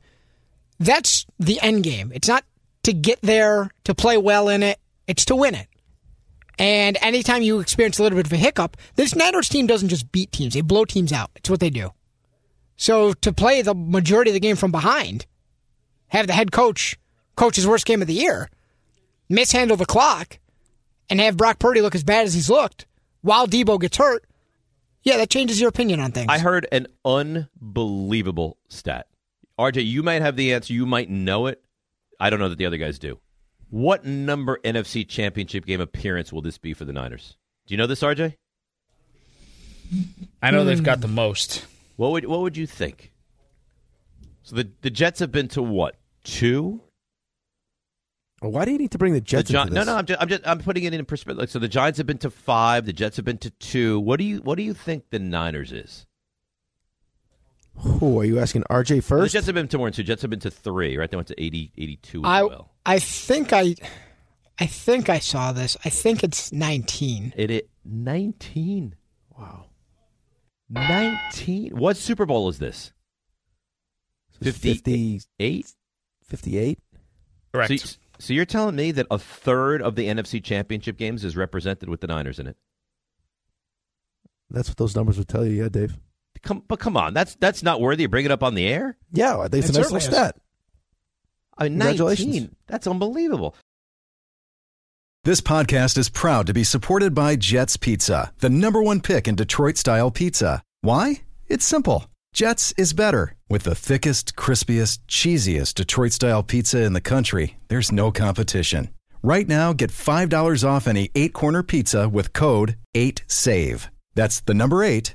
F: That's the end game. It's not to get there, to play well in it, it's to win it. And anytime you experience a little bit of a hiccup, this Niners team doesn't just beat teams, they blow teams out. It's what they do. So to play the majority of the game from behind, have the head coach coach his worst game of the year, mishandle the clock, and have Brock Purdy look as bad as he's looked while Debo gets hurt, yeah, that changes your opinion on things.
D: I heard an unbelievable stat. RJ, you might have the answer. You might know it. I don't know that the other guys do. What number NFC championship game appearance will this be for the Niners? Do you know this, RJ?
C: I know they've got
E: Hmm.
C: the most.
D: What would what would you think? So the the Jets have been to what? Two?
E: Why do you need to bring the Jets
D: the Gi-
E: into
D: No,
E: this?
D: no, I'm just, I'm just I'm putting it in perspective. Like, so the Giants have been to five, the Jets have been to two. What do you what do you think the Niners is?
E: Who are you asking? RJ
D: Well,
E: first.
D: The Jets have been to more than two. Jets have been to three, right? They went to 80, 82 as
F: I
D: well.
F: I think I I think I saw this. I think it's 19.
D: It, it 19. Wow. 19. What Super Bowl is this? 58?
E: 58.
D: Correct. So, so you're telling me that a third of the NFC championship games is represented with the Niners in it?
E: That's what those numbers would tell you, yeah, Dave.
D: Come, but come on, that's that's not worthy of bringing up on the air.
E: Yeah, I think it's a nice little stat.
D: I mean,
E: Congratulations.
D: 19. Oh, That's unbelievable.
L: This podcast is proud to be supported by Jets Pizza, the number one pick in Detroit style pizza. Why? It's simple. Jets is better. With the thickest, crispiest, cheesiest Detroit style pizza in the country, there's no competition. Right now, get $5 off any eight corner pizza with code 8SAVE. That's the number eight,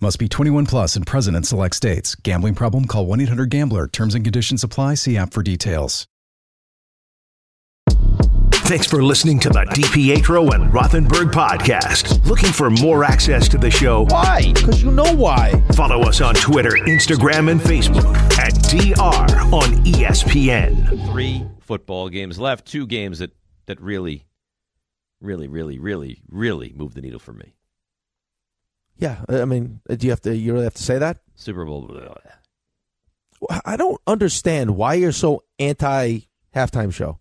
L: Must be 21 plus and present in select states. Gambling problem? Call 1 800 Gambler. Terms and conditions apply. See app for details.
A: Thanks for listening to the DiPietro and Rothenberg podcast. Looking for more access to the show? Why? Because you know why. Follow us on Twitter, Instagram, and Facebook at DR on E ESPN.
D: Three football games left. Two games that that really, really, really, really, really move the needle for me.
E: Yeah, I I mean, uh, do you have to? You really have to say that?
D: Super Bowl. uh, blah, blah, blah.
E: Well, I don't understand why you're so anti halftime show.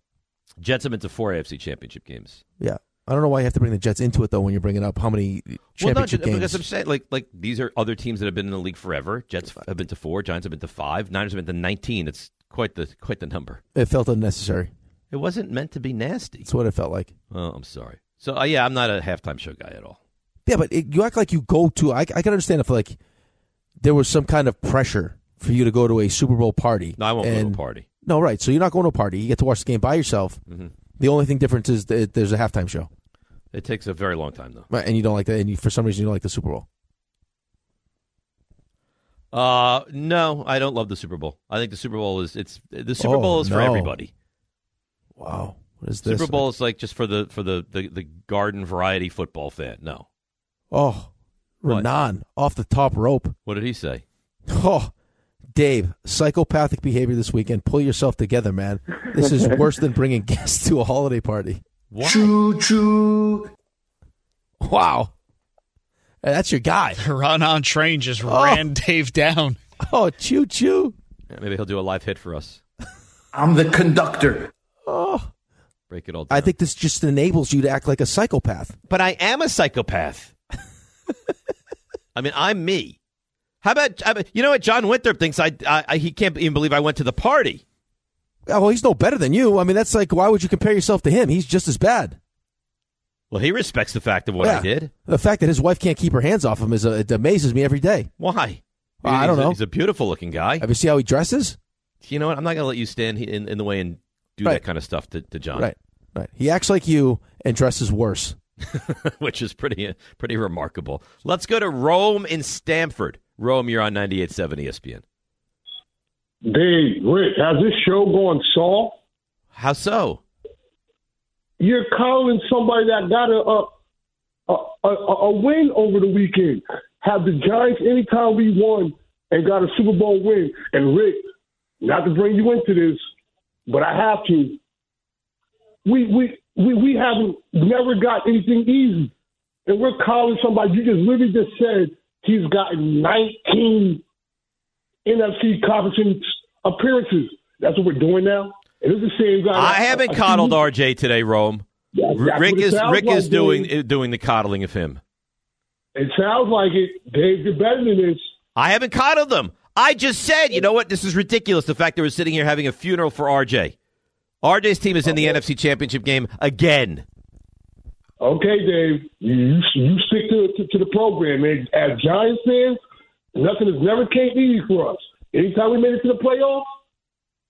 D: Jets have been to four AFC championship games.
E: Yeah, I don't know why you have to bring the Jets into it though. When you're bringing up how many championship
D: well, no,
E: games?
D: because I'm saying like like these are other teams that have been in the league forever. Jets have been to four, Giants have been to five, Niners have been to nineteen. It's quite the quite the number.
E: it felt unnecessary.
D: It wasn't meant to be nasty.
E: That's what it felt like.
D: Oh, I'm sorry. So uh, yeah, I'm not a halftime show guy at all.
E: Yeah, but it, you act like you go to. I, I can understand if like there was some kind of pressure for you to go to a Super Bowl party.
D: No, I won't go to a
E: and-
D: party.
E: No, right. So you're not going to a party. You get to watch the game by yourself.
D: Mhm.
E: The only thing difference is that there's a halftime show,
D: It takes a very long time, though.
E: right? And you don't like that, and you, for some reason you don't like the Super Bowl.
D: Uh, no, I don't love the Super Bowl. I think the Super Bowl is it's the Super
E: Oh,
D: Bowl is for
E: no.
D: everybody.
E: Wow, what is this?
D: Super Bowl is like just for the for the, the the garden variety football fan. No,
E: Oh, Renan off the top rope.
D: what did he say?
E: Oh, Dave, psychopathic behavior this weekend. Pull yourself together, man. This is worse than bringing guests to a holiday party.
I: Choo choo.
E: Wow. Hey, That's your guy.
C: Run on train just ran Dave down.
E: Oh, choo choo.
D: Yeah, maybe he'll do a live hit for us.
E: I'm the conductor. Oh,
D: Break it all. down.
E: I think this just enables you to act like a psychopath.
D: But I am a psychopath. I mean, I'm me. How about I mean, you know what John Winthrop thinks? I, I, I he can't even believe I went to the party.
E: Oh, well, he's no better than you. I mean, that's like, why would you compare yourself to him? He's just as bad.
D: Well, he respects the fact of what I
E: Yeah.
D: did.
E: The fact that his wife can't keep her hands off him is uh, it amazes me every day.
D: Why?
E: Well, I don't
D: He's a-
E: know.
D: He's a beautiful looking guy.
E: Have you seen how he dresses?
D: You know what? I'm not going to let you stand he- in, in the way and do that
E: Right.
D: kind of stuff to, to John,
E: Right, right. He acts like you and dresses worse.
D: which is pretty pretty remarkable. Let's go to Rome in Stamford. Rome, you're on 98.7 ESPN.
N: Dave, Rick, has this show gone soft?
D: How so?
N: You're calling somebody that got a a, a, a, a win over the weekend. Have the Giants anytime we won and got a Super Bowl win. And Rick, not to bring you into this, but I have to. We we we, we haven't never got anything easy. And we're calling somebody you just literally just said he's gotten nineteen NFC conference appearances. That's what we're doing now. And it's the same guy.
D: I haven't coddled RJ today, Rome.
N: that's
D: Rick
N: what it
D: is
N: sounds
D: Rick is
N: like,
D: doing
N: dude.
D: doing the coddling of him.
N: It sounds like it. Dave, you're better than this.
D: I haven't coddled them. I just said, you know what? This is ridiculous. The fact that we're sitting here having a funeral for RJ. RJ's team is in the NFC Championship game again.
N: Okay, Dave, you you stick to, to, to the program, man. As Giants fans, nothing has never came easy for us. Anytime we made it to the playoffs,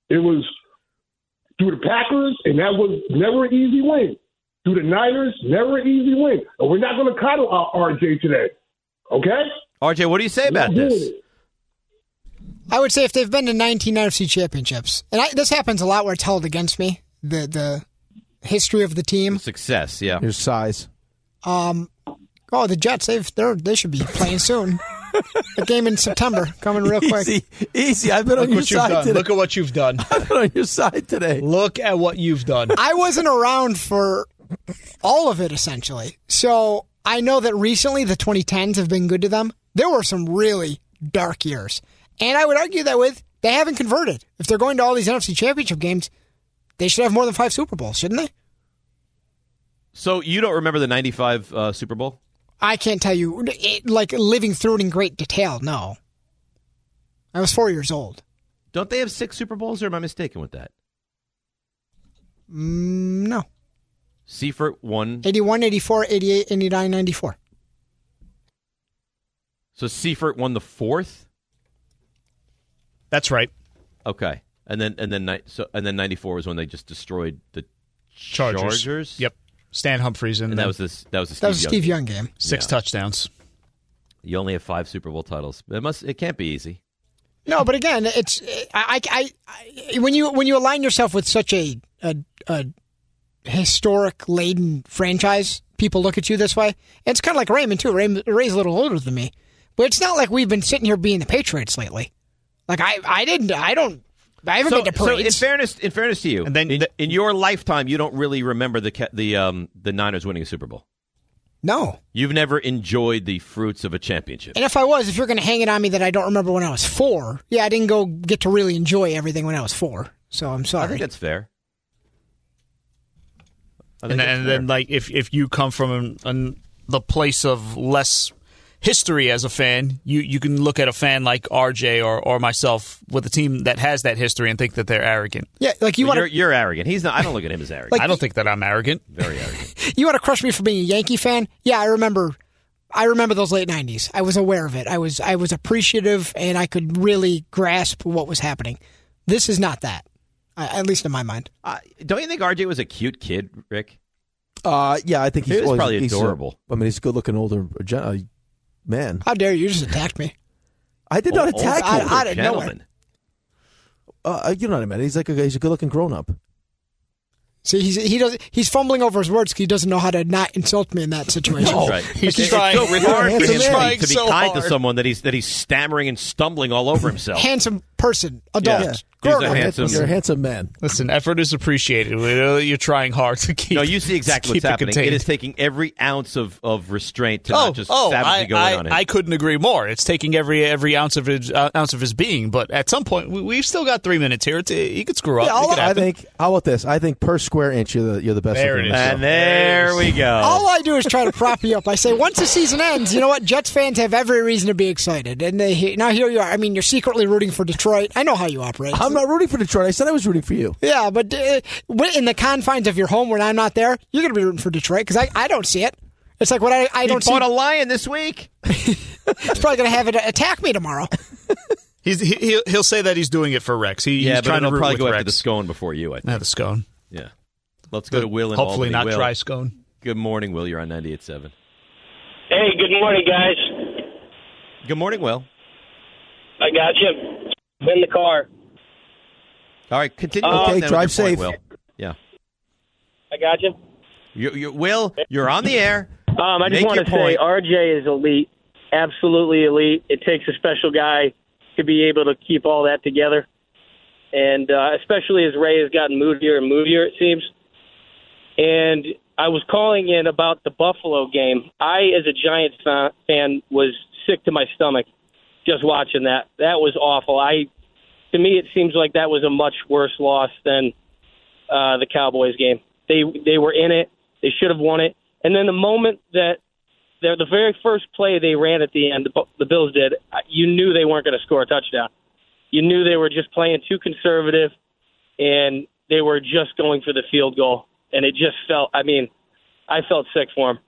N: it was through the Packers, and that was never an easy win. Through the Niners, never an easy win. And we're not going to coddle our RJ today. Okay?
D: RJ, what do you say about this?
F: I would say if they've been to 19 NFC championships, and I, this happens a lot where it's held against me, the the history of the team.
D: Success, yeah.
E: Your size.
F: Um, oh, the Jets, they've they're, they should be playing soon. the game in September coming real quick.
E: Easy, easy. I've been
F: Look
E: on your
F: what you've
E: side
F: done.
E: today.
F: Look
C: at what you've done.
E: I've been on your side today.
C: Look at what you've done.
F: I wasn't around for all of it essentially. So I know that recently the 2010s have been good to them. There were some really dark years. And I would argue that with they haven't converted. If they're going to all these NFC championship games, they should have more than five Super Bowls, shouldn't they?
D: So you don't remember the 95 uh, Super Bowl?
F: I can't tell you, it, like, living through it in great detail, no. I was four years old.
D: Don't they have six Super Bowls, or am I mistaken with that?
F: Mm, no.
D: Seifert won.
F: 81, 84, 88, 89, 94.
D: So Seifert won the fourth.
C: That's right.
D: Okay, and then and then ni- so and then ninety four was when they just destroyed the
C: Chargers. Yep. Stan Humphries in
D: And
C: there.
D: that was this. That was the Steve,
C: That was Steve
F: Young game.
C: Six
D: Yeah.
C: touchdowns.
D: You only have five Super Bowl titles. It must. It can't be easy.
F: No, but again, it's I, I, I, when you when you align yourself with such a a, a historic laden franchise, people look at you this way. It's kind of like Raymond too. Raymond, Ray's a little older than me, but it's not like we've been sitting here being the Patriots lately. Like I, I didn't, I don't, I haven't
D: so,
F: been to
D: so in
F: parades.
D: fairness, in fairness to you, and then in, in your lifetime, you don't really remember the ca- the um the Niners winning a Super Bowl.
F: no,
D: You've never enjoyed the fruits of a championship.
F: and if I was, if you're going to hang it on me that I don't remember when I was four, yeah, I didn't go get to really enjoy everything when I was four. So I'm sorry.
D: I think that's fair. I think
C: and then,
D: that's
C: and then like if if you come from an, an, the place of less history as a fan, you you can look at a fan like RJ or or myself with a team that has that history and think that they're arrogant.
F: Yeah, like you
D: But
F: want
D: you're, you're arrogant. He's not. I don't look at him as arrogant.
F: Like-
C: I don't think that I'm arrogant.
D: Very arrogant.
F: You want to crush me for being a Yankee fan? Yeah, I remember. I remember those late '90s. I was aware of it. I was I was appreciative, and I could really grasp what was happening. This is not that. uh, at least in my mind.
D: Uh, Don't you think RJ was a cute kid, Rick?
E: Uh, yeah, I think
D: He
E: he's
D: was
E: well,
D: probably
E: he's, he's, uh,
D: adorable.
E: I mean, he's a good-looking older gen- uh, man.
F: How dare you? You just attacked me.
E: I did not
D: Oh,
F: Old-
E: attack
F: old
E: him.
F: Out- out of nowhere. gentleman.
E: Uh, you know what I mean? He's like a, he's a good-looking grown-up.
F: See, he's he does he's fumbling over his words. 'cause He doesn't know how to not insult me in that situation.
D: That's right. It's- It's so
F: You're a
D: rewarding for
F: handsome
D: him
F: man.
D: to be kind to someone that he's that he's stammering and stumbling all over himself.
F: Handsome person, adult,
D: Yeah.
F: grown
D: He's a
F: up.
D: handsome- You're a
E: handsome man.
C: Listen, effort is appreciated. We know that You're trying hard to keep.
D: No, you see
C: to
D: exactly
C: keep
D: what's happening.
C: It,
D: It
C: contained.
D: is taking every ounce of, of restraint to
C: oh,
D: not just
C: oh,
D: savagely
C: I,
D: go
C: I,
D: in on him.
C: I couldn't agree more. It's taking every every ounce of his uh, ounce of his being, but at some point we, we've still got three minutes here. It's, he could screw up.
E: Yeah,
C: It
E: I'll-
C: could
E: I
C: happen.
E: think. How about this? I think per square inch, you're the you're the best.
C: There
E: looking
C: it is.
E: man, so.
C: And there we
D: Oh.
C: go.
F: All I do is try to prop you up. I say once the season ends, you know what? Jets fans have every reason to be excited, and they he- now here you are. I mean, you're secretly rooting for Detroit. I know how you operate.
E: I'm not rooting for Detroit. I said I was rooting for you.
F: Yeah, but uh, when- in the confines of your home when I'm not there, you're going to be rooting for Detroit because I, I don't see it. It's like what I, I
D: He
F: don't
D: fought
F: see.
D: a lion this week.
F: It's probably going to have it attack me tomorrow.
C: He's, he, he'll, he'll say that he's doing it for Rex. He,
D: yeah,
C: he's
D: but
C: trying to
D: it'll
C: root
D: probably
C: with
D: go
C: Rex.
D: after the scone before you. I think.
C: Yeah, the scone.
D: Yeah. Let's go
C: The-
D: to Will and
C: hopefully not
D: Will.
C: dry scone.
D: Good morning, Will. You're on 98.7.
O: Hey, good morning, guys.
D: Good morning, Will.
O: I got you. In the car.
D: All right, continue.
O: Uh, Okay,
D: on then with
O: drive
D: your point,
O: safe.
D: Will. Yeah.
O: I got you.
D: You, you, Will, you're on the air.
O: Um, I just
D: Make
O: want
D: your
O: to say
D: point.
O: RJ is elite, absolutely elite. It takes a special guy to be able to keep all that together, and uh, especially as Ray has gotten moodier and moodier, it seems. And I was calling in about the Buffalo game. I, as a Giants fa- fan, was sick to my stomach just watching that. That was awful. I, to me, it seems like that was a much worse loss than uh, the Cowboys game. They they were in it. They should have won it. And then the moment that the, the very first play they ran at the end, the, Bu- the Bills did, I- you knew they weren't going to score a touchdown. You knew they were just playing too conservative, and they were just going for the field goal. And it just felt. I mean, I felt sick for them.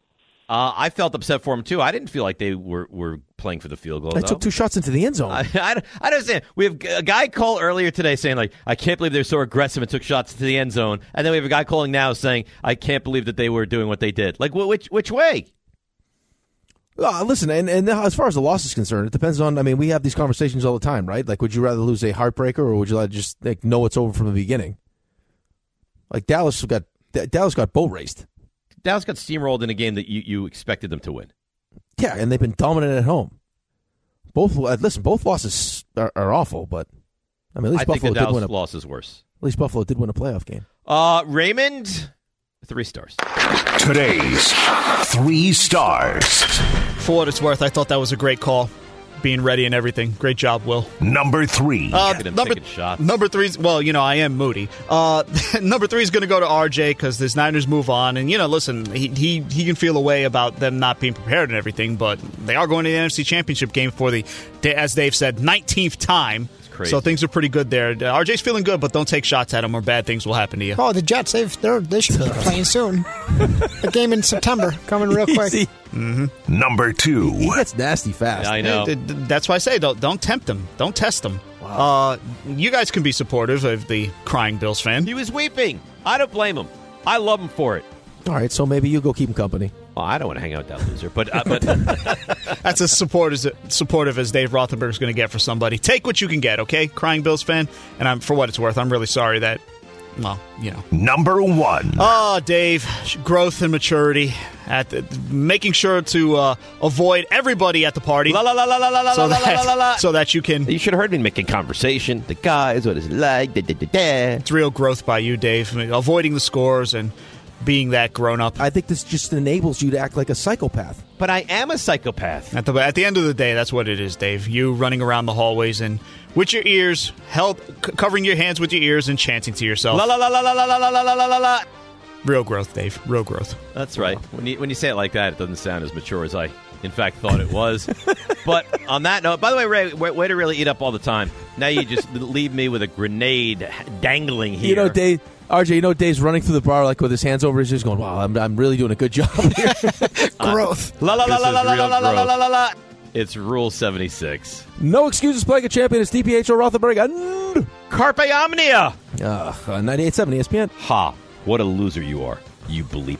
D: Uh, I felt upset for him too. I didn't feel like they were, were playing for the field goal.
E: I
D: though.
E: took two shots into the end zone.
D: I, I, don't- I don't understand. We have a guy call earlier today saying like, I can't believe they're so aggressive and took shots to the end zone, and then we have a guy calling now saying, I can't believe that they were doing what they did. Like, wh- which which way?
E: Uh, listen, and, and as far as the loss is concerned, it depends on. I mean, we have these conversations all the time, right? Like, would you rather lose a heartbreaker or would you rather just like know it's over from the beginning? Like Dallas got D- Dallas got boat raced,
D: Dallas got steamrolled in a game that you, you expected them to win.
E: yeah, and they've been dominant at home. Both uh, listen, both losses are, are awful, but I mean, at least
D: I think
E: Buffalo
D: the
E: did
D: Dallas
E: win a
D: loss is worse.
E: At least Buffalo did win a playoff game.
D: Uh, Raymond, three stars.
A: Today's three stars.
C: For what it's worth, I thought that was a great call, being ready and everything. Great job, Will.
A: Number three.
C: Uh,
A: Look at him
C: number,
A: taking shots.
C: number three's well, you know, I am moody. Uh, number three is going to go to RJ because the Niners move on, and you know, listen, he, he he can feel a way about them not being prepared and everything, but they are going to the NFC Championship game for the, as they've said, nineteenth time.
D: crazy.
C: So things are pretty good there. Uh, RJ's feeling good, but don't take shots at him, or bad things will happen to you.
F: Oh, the Jets, they've, they're, they should be playing soon. a game in September coming real quick.
A: Number two.
E: That's nasty fast.
D: I know.
C: Mm-hmm. Th- th- That's why I say don't don't tempt them. Don't test them. Uh, you guys can be supportive of the crying Bills fan.
D: He was weeping. I don't blame him. I love him for it.
E: All right, so maybe you go keep him company.
D: Well, I don't want to hang out with that loser, but uh, but
C: That's as supportive as, supportive as Dave Rothenberg's going to get for somebody. Take what you can get, okay? Crying Bills fan, and I'm for what it's worth. I'm really sorry that, well, you know.
A: Number one.
C: Oh, Dave, growth and maturity at the, making sure to uh, avoid everybody at the party.
D: La, la, la, la, la, la, la,
C: so
D: la, la,
C: that,
D: la, la, la.
C: So that you can.
D: You should have heard me making conversation. The guys, what is it like? Da, da, da, da.
C: It's real growth by you, Dave. I mean, avoiding the scores and being that grown up.
E: I think this just enables you to act like a psychopath.
D: But I am a psychopath.
C: At the at the end of the day, that's what it is, Dave. You running around the hallways and with your ears held, c- covering your hands with your ears and chanting to yourself.
D: La la la la la la la la la la la la.
C: Real growth, Dave. Real growth.
D: That's right. When you when you say it like that, it doesn't sound as mature as I, in fact, thought it was. but on that note, by the way, Ray, way, way to really eat up all the time. Now you just leave me with a grenade dangling here.
E: You know, Dave, RJ, you know, Dave's running through the bar like with his hands over his ears, going, "Wow, I'm, I'm really doing a good job." here."
D: growth. Uh, La la la
E: This
D: la la
E: is
D: la
E: real
D: la la la
E: growth.
D: la la la. It's Rule seventy six.
E: no excuses, playing a champion. It's DPHO Rothenberg and
D: Carpe omnia.
E: Ugh, uh, 98.7 ESPN.
D: Ha. What a loser you are, you bleep.